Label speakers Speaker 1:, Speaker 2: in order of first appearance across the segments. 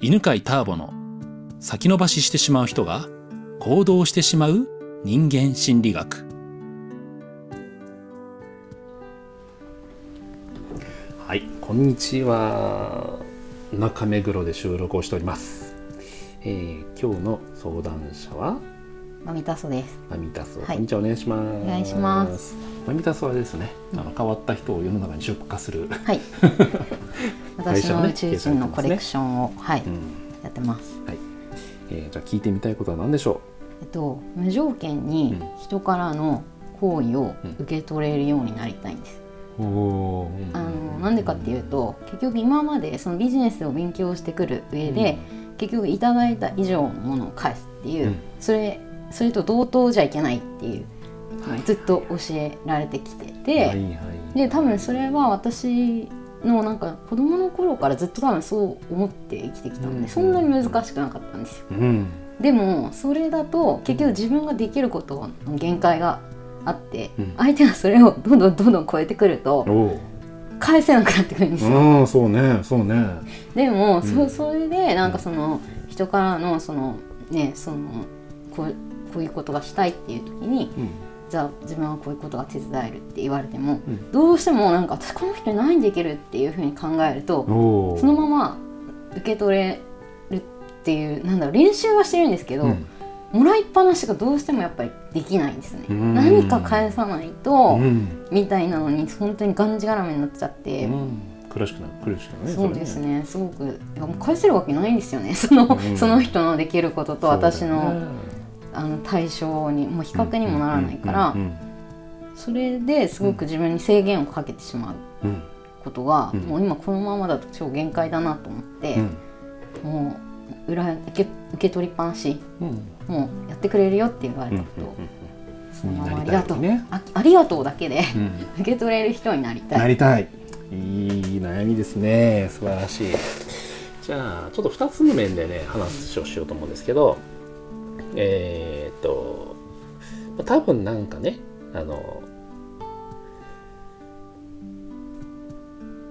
Speaker 1: 犬飼ターボの先延ばししてしまう人が行動してしまう人間心理学
Speaker 2: はい、こんにちは。中目黒で収録をしております。えー、今日の相談者は
Speaker 3: マミタソです。
Speaker 2: マミタス。
Speaker 3: はい
Speaker 2: こんにちはお願いします。
Speaker 3: お願いします。
Speaker 2: マミタスはですね、あの変わった人を世の中に出荷する、
Speaker 3: はい。私の宇宙人のコレクションを、はい、
Speaker 2: うん、
Speaker 3: やってます。
Speaker 2: はい。えー、じゃあ聞いてみたいことは何でしょ
Speaker 3: えっと無条件に人からの好意を受け取れるようになりたいんです。
Speaker 2: う。おお。
Speaker 3: あのなんでかっていうと、結局今までそのビジネスを勉強してくる上で、結局いただいた以上のものを返すっていう、
Speaker 2: うん
Speaker 3: それそれと同等じゃいけないっていう、
Speaker 2: はい
Speaker 3: ずっと教えられてきてて。
Speaker 2: はいはい。
Speaker 3: で多分それは私のなんか子供の頃からずっと多分そう思って生きてきたので、
Speaker 2: うん
Speaker 3: そんなに難しくなかったんですよ
Speaker 2: うん。
Speaker 3: でもそれだと結局自分ができることの限界があって、
Speaker 2: うん
Speaker 3: 相手がそれをどんどんどんどん超えてくると
Speaker 2: お
Speaker 3: 返せなくなってくるんですよ、
Speaker 2: お。ああ、そうね、そうね。
Speaker 3: でも、
Speaker 2: うん
Speaker 3: そそれでなんかその人からのそのねそのこうこういうことがしたいっていう時に
Speaker 2: うん。
Speaker 3: じゃあ自分はこういうことが手伝えるって言われても、
Speaker 2: うん
Speaker 3: どうしてもなんか私この人に何できるっていうふうに考えると
Speaker 2: おお。
Speaker 3: そのまま受け取れるっていうなんだろう練習はしてるんですけど、
Speaker 2: うん。
Speaker 3: もらいっぱなしがどうしてもやっぱりできないんですね。
Speaker 2: うん
Speaker 3: 何か返さないと、
Speaker 2: うん。
Speaker 3: みたいなのに本当にがんじがらめになっちゃっ
Speaker 2: う
Speaker 3: て。
Speaker 2: ん。苦しくなる、苦しくなるね。
Speaker 3: そうです
Speaker 2: れ。
Speaker 3: ねすごくいやもう返せるわけないんですよね その,、
Speaker 2: うん
Speaker 3: その人のできることと私
Speaker 2: そう
Speaker 3: の,、
Speaker 2: だよね
Speaker 3: あの対象にもう比較にもならないから、
Speaker 2: うんうんうん
Speaker 3: それですごく自分に制限をかけてしまう
Speaker 2: うんうん
Speaker 3: ことが、
Speaker 2: うん
Speaker 3: もう今このままだと超限界だなと思って、
Speaker 2: うん
Speaker 3: もう裏受け受け取りっぱなし
Speaker 2: うん
Speaker 3: もうやってくれるよって言われたこと、そのままありがとう、
Speaker 2: になり
Speaker 3: あありがとうだけで
Speaker 2: うん
Speaker 3: 受け取れる人になりた。
Speaker 2: ないりたいいい悩みですね素晴らしいじゃあちょっと2つの面でね話をしようと思うんですけどえーっとまあ多分なんかねあの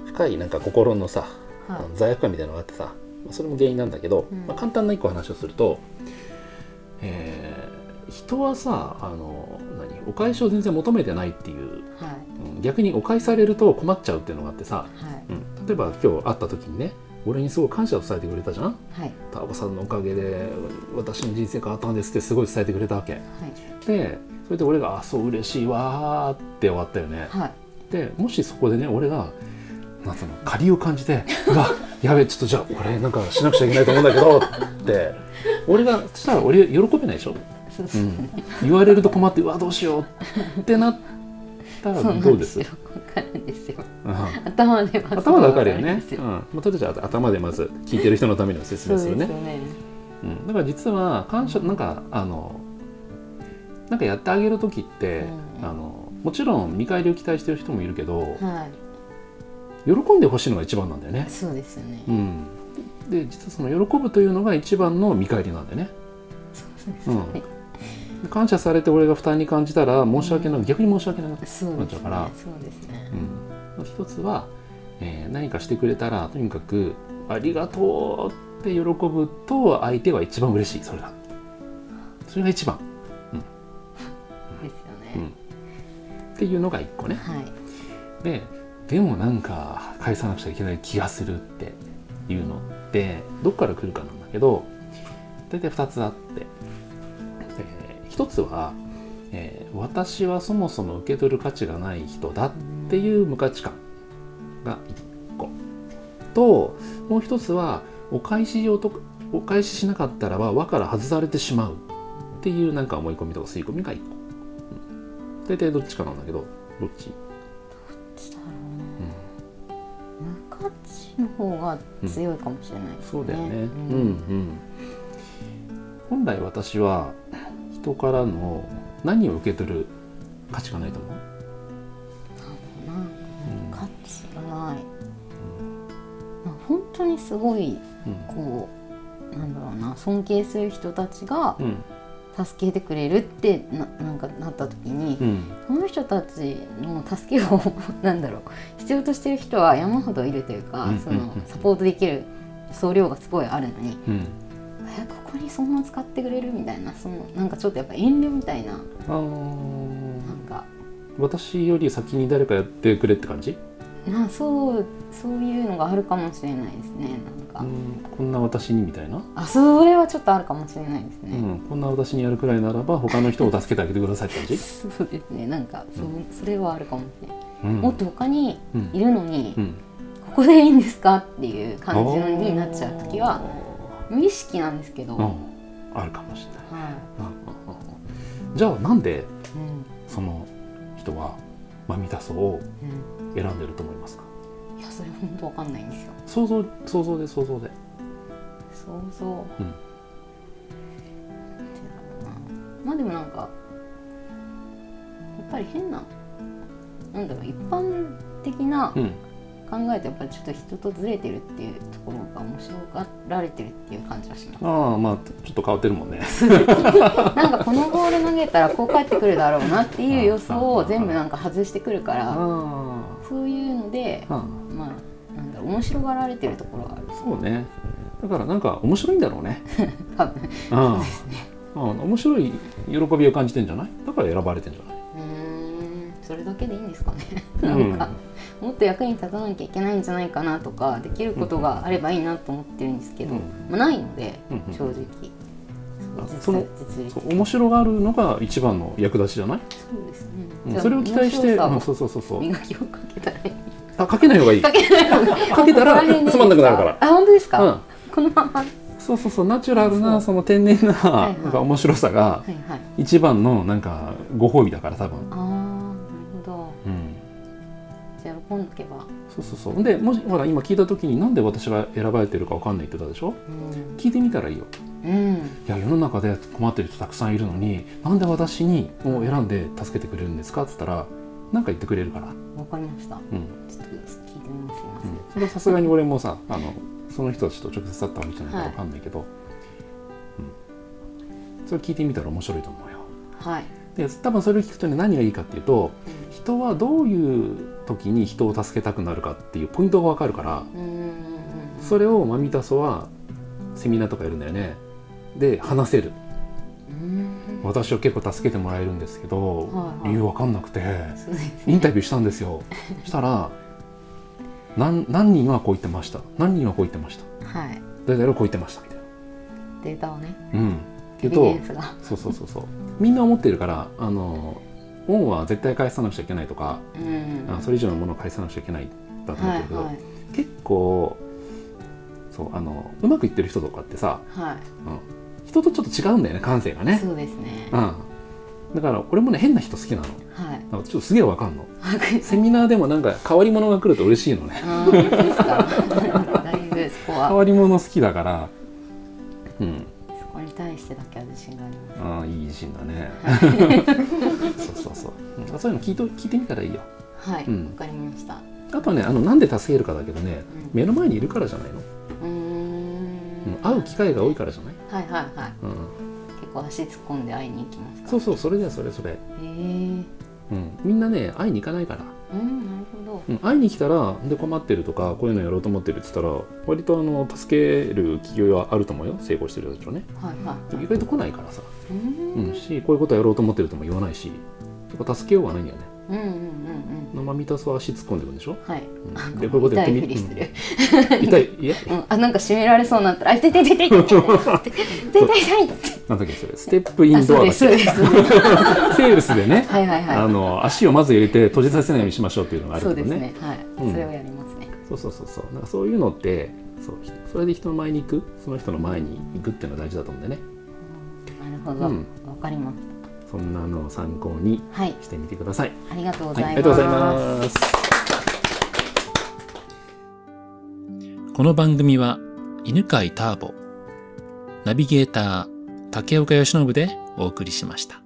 Speaker 2: 深いなんか心のさ
Speaker 3: はい
Speaker 2: あの罪悪感みたいなのがあってさまあそれも原因なんだけど、
Speaker 3: うん
Speaker 2: まあ、簡単な一個話をすると、えー人はさあの何お返しを全然求めてないっていう、
Speaker 3: はい
Speaker 2: うん逆にお返しされると困っちゃうっていうのがあってさ、
Speaker 3: はい
Speaker 2: うん例えば今日会った時にね俺にすごい感謝を伝えてくれたじゃん
Speaker 3: はい
Speaker 2: ターボさんのおかげで私の人生変わったんですってすごい伝えてくれたわけでそれで俺が「あそう嬉しいわ」って終わったよね、
Speaker 3: はいはい
Speaker 2: でもしそこでね俺がなんつうの借りを感じて 「うわやべえちょっとじゃあこれなんかしなくちゃいけないと思うんだけど」って俺がそしたら俺喜べないでしょ、
Speaker 3: そう
Speaker 2: う、
Speaker 3: そうん
Speaker 2: 言われると困って「うわどうしよう」ってなったら
Speaker 3: そうな
Speaker 2: どうんで
Speaker 3: です
Speaker 2: す
Speaker 3: よわかるんですよ
Speaker 2: うん
Speaker 3: 頭では
Speaker 2: 頭でわかるよね
Speaker 3: そ、
Speaker 2: うん
Speaker 3: うわ
Speaker 2: まあ、とりあえず頭でまず聞いてる人のためにも説
Speaker 3: かるんで
Speaker 2: 明
Speaker 3: す
Speaker 2: す
Speaker 3: よそう
Speaker 2: る
Speaker 3: で
Speaker 2: ね
Speaker 3: すよね
Speaker 2: うん、だから実は感謝なんかあのなんかやってあげる時って、
Speaker 3: うん
Speaker 2: あのもちろん見返りを期待してる人もいるけど
Speaker 3: は
Speaker 2: 喜んでほしいのが一番なんだよね
Speaker 3: いそうですよね
Speaker 2: うん、で実はその喜ぶというのが一番の見返りなんだよね。
Speaker 3: そうです
Speaker 2: う
Speaker 3: ね
Speaker 2: ん、で感謝されて俺が負担に感じたら申し訳ない逆に申し訳ないな、
Speaker 3: そう
Speaker 2: なっ
Speaker 3: で
Speaker 2: ち
Speaker 3: す
Speaker 2: ゃうか
Speaker 3: ね
Speaker 2: ら
Speaker 3: そうですね
Speaker 2: うん、一つは、えー何かしてくれたらとにかく「ありがとう」って喜ぶと相手は一番嬉しいそれだそれが一番
Speaker 3: ですよ
Speaker 2: う
Speaker 3: ね
Speaker 2: んっていうのが一個ね
Speaker 3: はい
Speaker 2: ででもなんか返さなくちゃいけない気がするっていうのってどっから来るかなんだけど大体2つあって、え1つは、えー私はそもそも受け取る価値がない人だっていう無価値観が1個ともう1つはお返しをとお返ししなかったらば輪から外されてしまうっていうなんか思い込みとか吸い込みが1個、うん大体どっちかなんだけどどっち
Speaker 3: だろうな無価値の方が強いかもしれないですね、
Speaker 2: そうだよね。うん
Speaker 3: うん
Speaker 2: うん。本来私は人からの何を受け取る価値がないと思う。
Speaker 3: なんか価値がない、なんか本当にすごいこうなんだろうな尊敬する人たちが
Speaker 2: うん
Speaker 3: 助けてくれるってななんかなった時に、
Speaker 2: うん
Speaker 3: その人たちの助けをなんだろう必要としてる人は山ほどいるというか、
Speaker 2: うん
Speaker 3: そ
Speaker 2: うん
Speaker 3: の
Speaker 2: うん
Speaker 3: サポートできる総量がすごいあるのに
Speaker 2: うん
Speaker 3: えここにそんな使ってくれるみたいなそのなんかちょっとやっぱ遠慮みたいななん
Speaker 2: あー
Speaker 3: か
Speaker 2: 私より先に誰かやってくれって感じ、
Speaker 3: なそうそういうのがあるかもしれないですねな
Speaker 2: う
Speaker 3: んか、
Speaker 2: んこんな私にみたいな、
Speaker 3: あそれはちょっとあるかもしれないです
Speaker 2: う
Speaker 3: ね、
Speaker 2: ん、こんな私にやるくらいならば他の人を助けてあげてくださいって感じ、
Speaker 3: そうですねなんかそうそれはあるかもしれない、
Speaker 2: うん、
Speaker 3: もっと他に
Speaker 2: うん
Speaker 3: いるのに、
Speaker 2: うん
Speaker 3: ここでいいんですかっていう感じのになっちゃう時は
Speaker 2: あ
Speaker 3: 無意識なんですけど、
Speaker 2: ーう
Speaker 3: は
Speaker 2: んあるかもしれない
Speaker 3: い
Speaker 2: うんうんうんうんじゃあなんで
Speaker 3: うん
Speaker 2: その人はマミタソを
Speaker 3: う
Speaker 2: 選んでると思いますか
Speaker 3: ん、いやそれ本当わかんないんですよ
Speaker 2: 想像想像で想像で
Speaker 3: 想像、
Speaker 2: うん
Speaker 3: なんていうのかなまあでもなんかやっぱり変ななんだろう一般的な
Speaker 2: うん
Speaker 3: 考えとやっぱりちょっと人とずれてるっていうところが面白がられてるっていう感じはしま
Speaker 2: ああまあちょっと変わってるもんね
Speaker 3: すなんかこのボール投げたらこう返ってくるだろうなっていう予想を全部なんか外してくるから
Speaker 2: あ
Speaker 3: そういうので
Speaker 2: あうん
Speaker 3: まあなんだろう面白がられてるところがある
Speaker 2: そうねだからなんか面白いんだろうね
Speaker 3: 多分
Speaker 2: うんうん面白い喜びを感じてんじゃないだから選ばれてんじゃないう
Speaker 3: ーんそれだけでいいんですかね
Speaker 2: うん
Speaker 3: なんか、もっと役に立たなきゃいけないんじゃないかなとかできることがあればいいなと思ってるんですけど、
Speaker 2: うん
Speaker 3: まあ、ないので、
Speaker 2: うんうん
Speaker 3: 正直
Speaker 2: あ
Speaker 3: 実
Speaker 2: その
Speaker 3: 実利
Speaker 2: そう面白があるのが一番の役立ちじゃない、
Speaker 3: そうですね
Speaker 2: うん
Speaker 3: じゃあ
Speaker 2: それを期待して、うん
Speaker 3: 面
Speaker 2: そ
Speaker 3: 白
Speaker 2: うそうそう
Speaker 3: さ
Speaker 2: そ
Speaker 3: を
Speaker 2: う
Speaker 3: 磨きをかけたらいい
Speaker 2: あかけない方がいい
Speaker 3: かけない方が
Speaker 2: かけたら
Speaker 3: ここ辺で
Speaker 2: つまんなくなるから
Speaker 3: あ本当ですか、
Speaker 2: うん
Speaker 3: このままはい
Speaker 2: そうそうそうナチュラル
Speaker 3: そ
Speaker 2: な
Speaker 3: う
Speaker 2: その天然な
Speaker 3: はい
Speaker 2: なんか面白さが
Speaker 3: はい
Speaker 2: 一番のなんかご褒美だから多分、
Speaker 3: ああなるほど
Speaker 2: うん、
Speaker 3: じゃあ喜んどけば、
Speaker 2: そうそうそうんでもしほら今聞いた時になんで私が選ばれてるかわかんないって言ったでしょ
Speaker 3: うん
Speaker 2: 聞いてみたらいいよ
Speaker 3: うん、
Speaker 2: いや世の中で困ってる人たくさんいるのになんで私にを選んで助けてくれるんですかって言ったらなんか言ってくれるから、うん
Speaker 3: わかりました
Speaker 2: うん
Speaker 3: ちょっと聞いてみますすいません、
Speaker 2: それはさすがに俺もさあのその人たちと直接会ったわけじゃないからわかんないけど、うん、それ聞いてみたら面白いと思うよ
Speaker 3: はい
Speaker 2: で多分それを聞くとね何がいいかっていうと人はどういう時に人を助けたくなるかっていうポイントがわかるから
Speaker 3: うんうんうんうん
Speaker 2: それをマミタソはセミナーとかやるんだよねで話せる
Speaker 3: うん
Speaker 2: 私は結構助けてもらえるんですけど、
Speaker 3: はいはい
Speaker 2: 理由わかんなくて
Speaker 3: そうですね
Speaker 2: インタビューしたんですよしたら何何人はこう言ってました何人はこう言ってました
Speaker 3: はい
Speaker 2: 誰々はこう言ってましたみたいな
Speaker 3: データをね
Speaker 2: うんって
Speaker 3: エ
Speaker 2: いう
Speaker 3: ビデ
Speaker 2: と
Speaker 3: ンスが
Speaker 2: そうそうそうそうみんな思ってるからあの恩は絶対返さなくちゃいけないとか
Speaker 3: うん
Speaker 2: あそれ以上のものを返さなくちゃいけないだと思
Speaker 3: は
Speaker 2: っ
Speaker 3: い
Speaker 2: てるけど、
Speaker 3: はい
Speaker 2: 結構そうあのうまくいってる人とかってさ
Speaker 3: は
Speaker 2: 人とちょっと違うんだよね感性が
Speaker 3: い
Speaker 2: ね
Speaker 3: そうですね
Speaker 2: う、ん、だから俺もね変な人好きなのだか
Speaker 3: はい
Speaker 2: らちょっとすげえわかんの
Speaker 3: あく
Speaker 2: セミナーでもなんか変わり者が来ると嬉しいのね
Speaker 3: あーそうですかだいぶそこ
Speaker 2: 変
Speaker 3: は
Speaker 2: わり者好きだからうん
Speaker 3: そこに対してだけは自信がありま
Speaker 2: ああいい自信だ ねそうそうそう、うんそういうの聞いと聞いてみたらいいよ
Speaker 3: すはいわ、
Speaker 2: うん
Speaker 3: かりました
Speaker 2: あとはねあのなんで助けるかだけどね
Speaker 3: うん
Speaker 2: 目の前にいるからじゃないの、
Speaker 3: うーん
Speaker 2: うん、会う機会が多いからじゃない、
Speaker 3: はいはいはい
Speaker 2: うん、
Speaker 3: 結構足突っ込んで会いに行きますか
Speaker 2: そうそうそれだよそれそれ、
Speaker 3: へえー、
Speaker 2: うん、みんなね会いに行かないから、
Speaker 3: うんなるほど
Speaker 2: うん、会いに来たらで困ってるとかこういうのやろうと思ってるって言ったら割とあの助ける企業はあると思うよ成功してる人たちはね
Speaker 3: はいはい
Speaker 2: でも
Speaker 3: はい
Speaker 2: 意外と来ないからさ、
Speaker 3: うー
Speaker 2: うんん、しこういうことやろうと思ってるとも言わないしとか助けようがないんだよね
Speaker 3: うんうんうんうん
Speaker 2: 生みたすは足突っ込んでくるんでしょ、
Speaker 3: はい、
Speaker 2: うん、でこういうことやってみ
Speaker 3: 痛いふりする、
Speaker 2: うん痛い いや
Speaker 3: うん、あなんか締められそうにな ったら「あ痛い痛い痛い痛い痛い痛い痛い痛い痛い」
Speaker 2: なんだっけそれステップイ
Speaker 3: あ
Speaker 2: ン
Speaker 3: そ
Speaker 2: ドア
Speaker 3: う
Speaker 2: だ
Speaker 3: で
Speaker 2: っ
Speaker 3: すそう
Speaker 2: け
Speaker 3: ですそうです
Speaker 2: セールスでね、
Speaker 3: はいはい
Speaker 2: あ
Speaker 3: は
Speaker 2: の足をまず入れて閉じさせないようにしましょうっていうのがあ
Speaker 3: い
Speaker 2: る
Speaker 3: そう
Speaker 2: け
Speaker 3: で
Speaker 2: ど
Speaker 3: す
Speaker 2: ね
Speaker 3: ねはい、
Speaker 2: うん
Speaker 3: それをやりますね
Speaker 2: そうそうそうそうなんかそういうのってそうひそれで人の前に行くその人の前に行くっていうのが大事だと思うんでね
Speaker 3: なるほどわ、
Speaker 2: うん
Speaker 3: かります
Speaker 2: そんなのを参考に
Speaker 3: はい
Speaker 2: してみてください、
Speaker 3: ありがとうござ
Speaker 2: はいい、あ
Speaker 3: ます、
Speaker 2: りがとうございます
Speaker 1: この番組は犬飼ターボ、ナビゲーター竹岡由伸でお送りしました。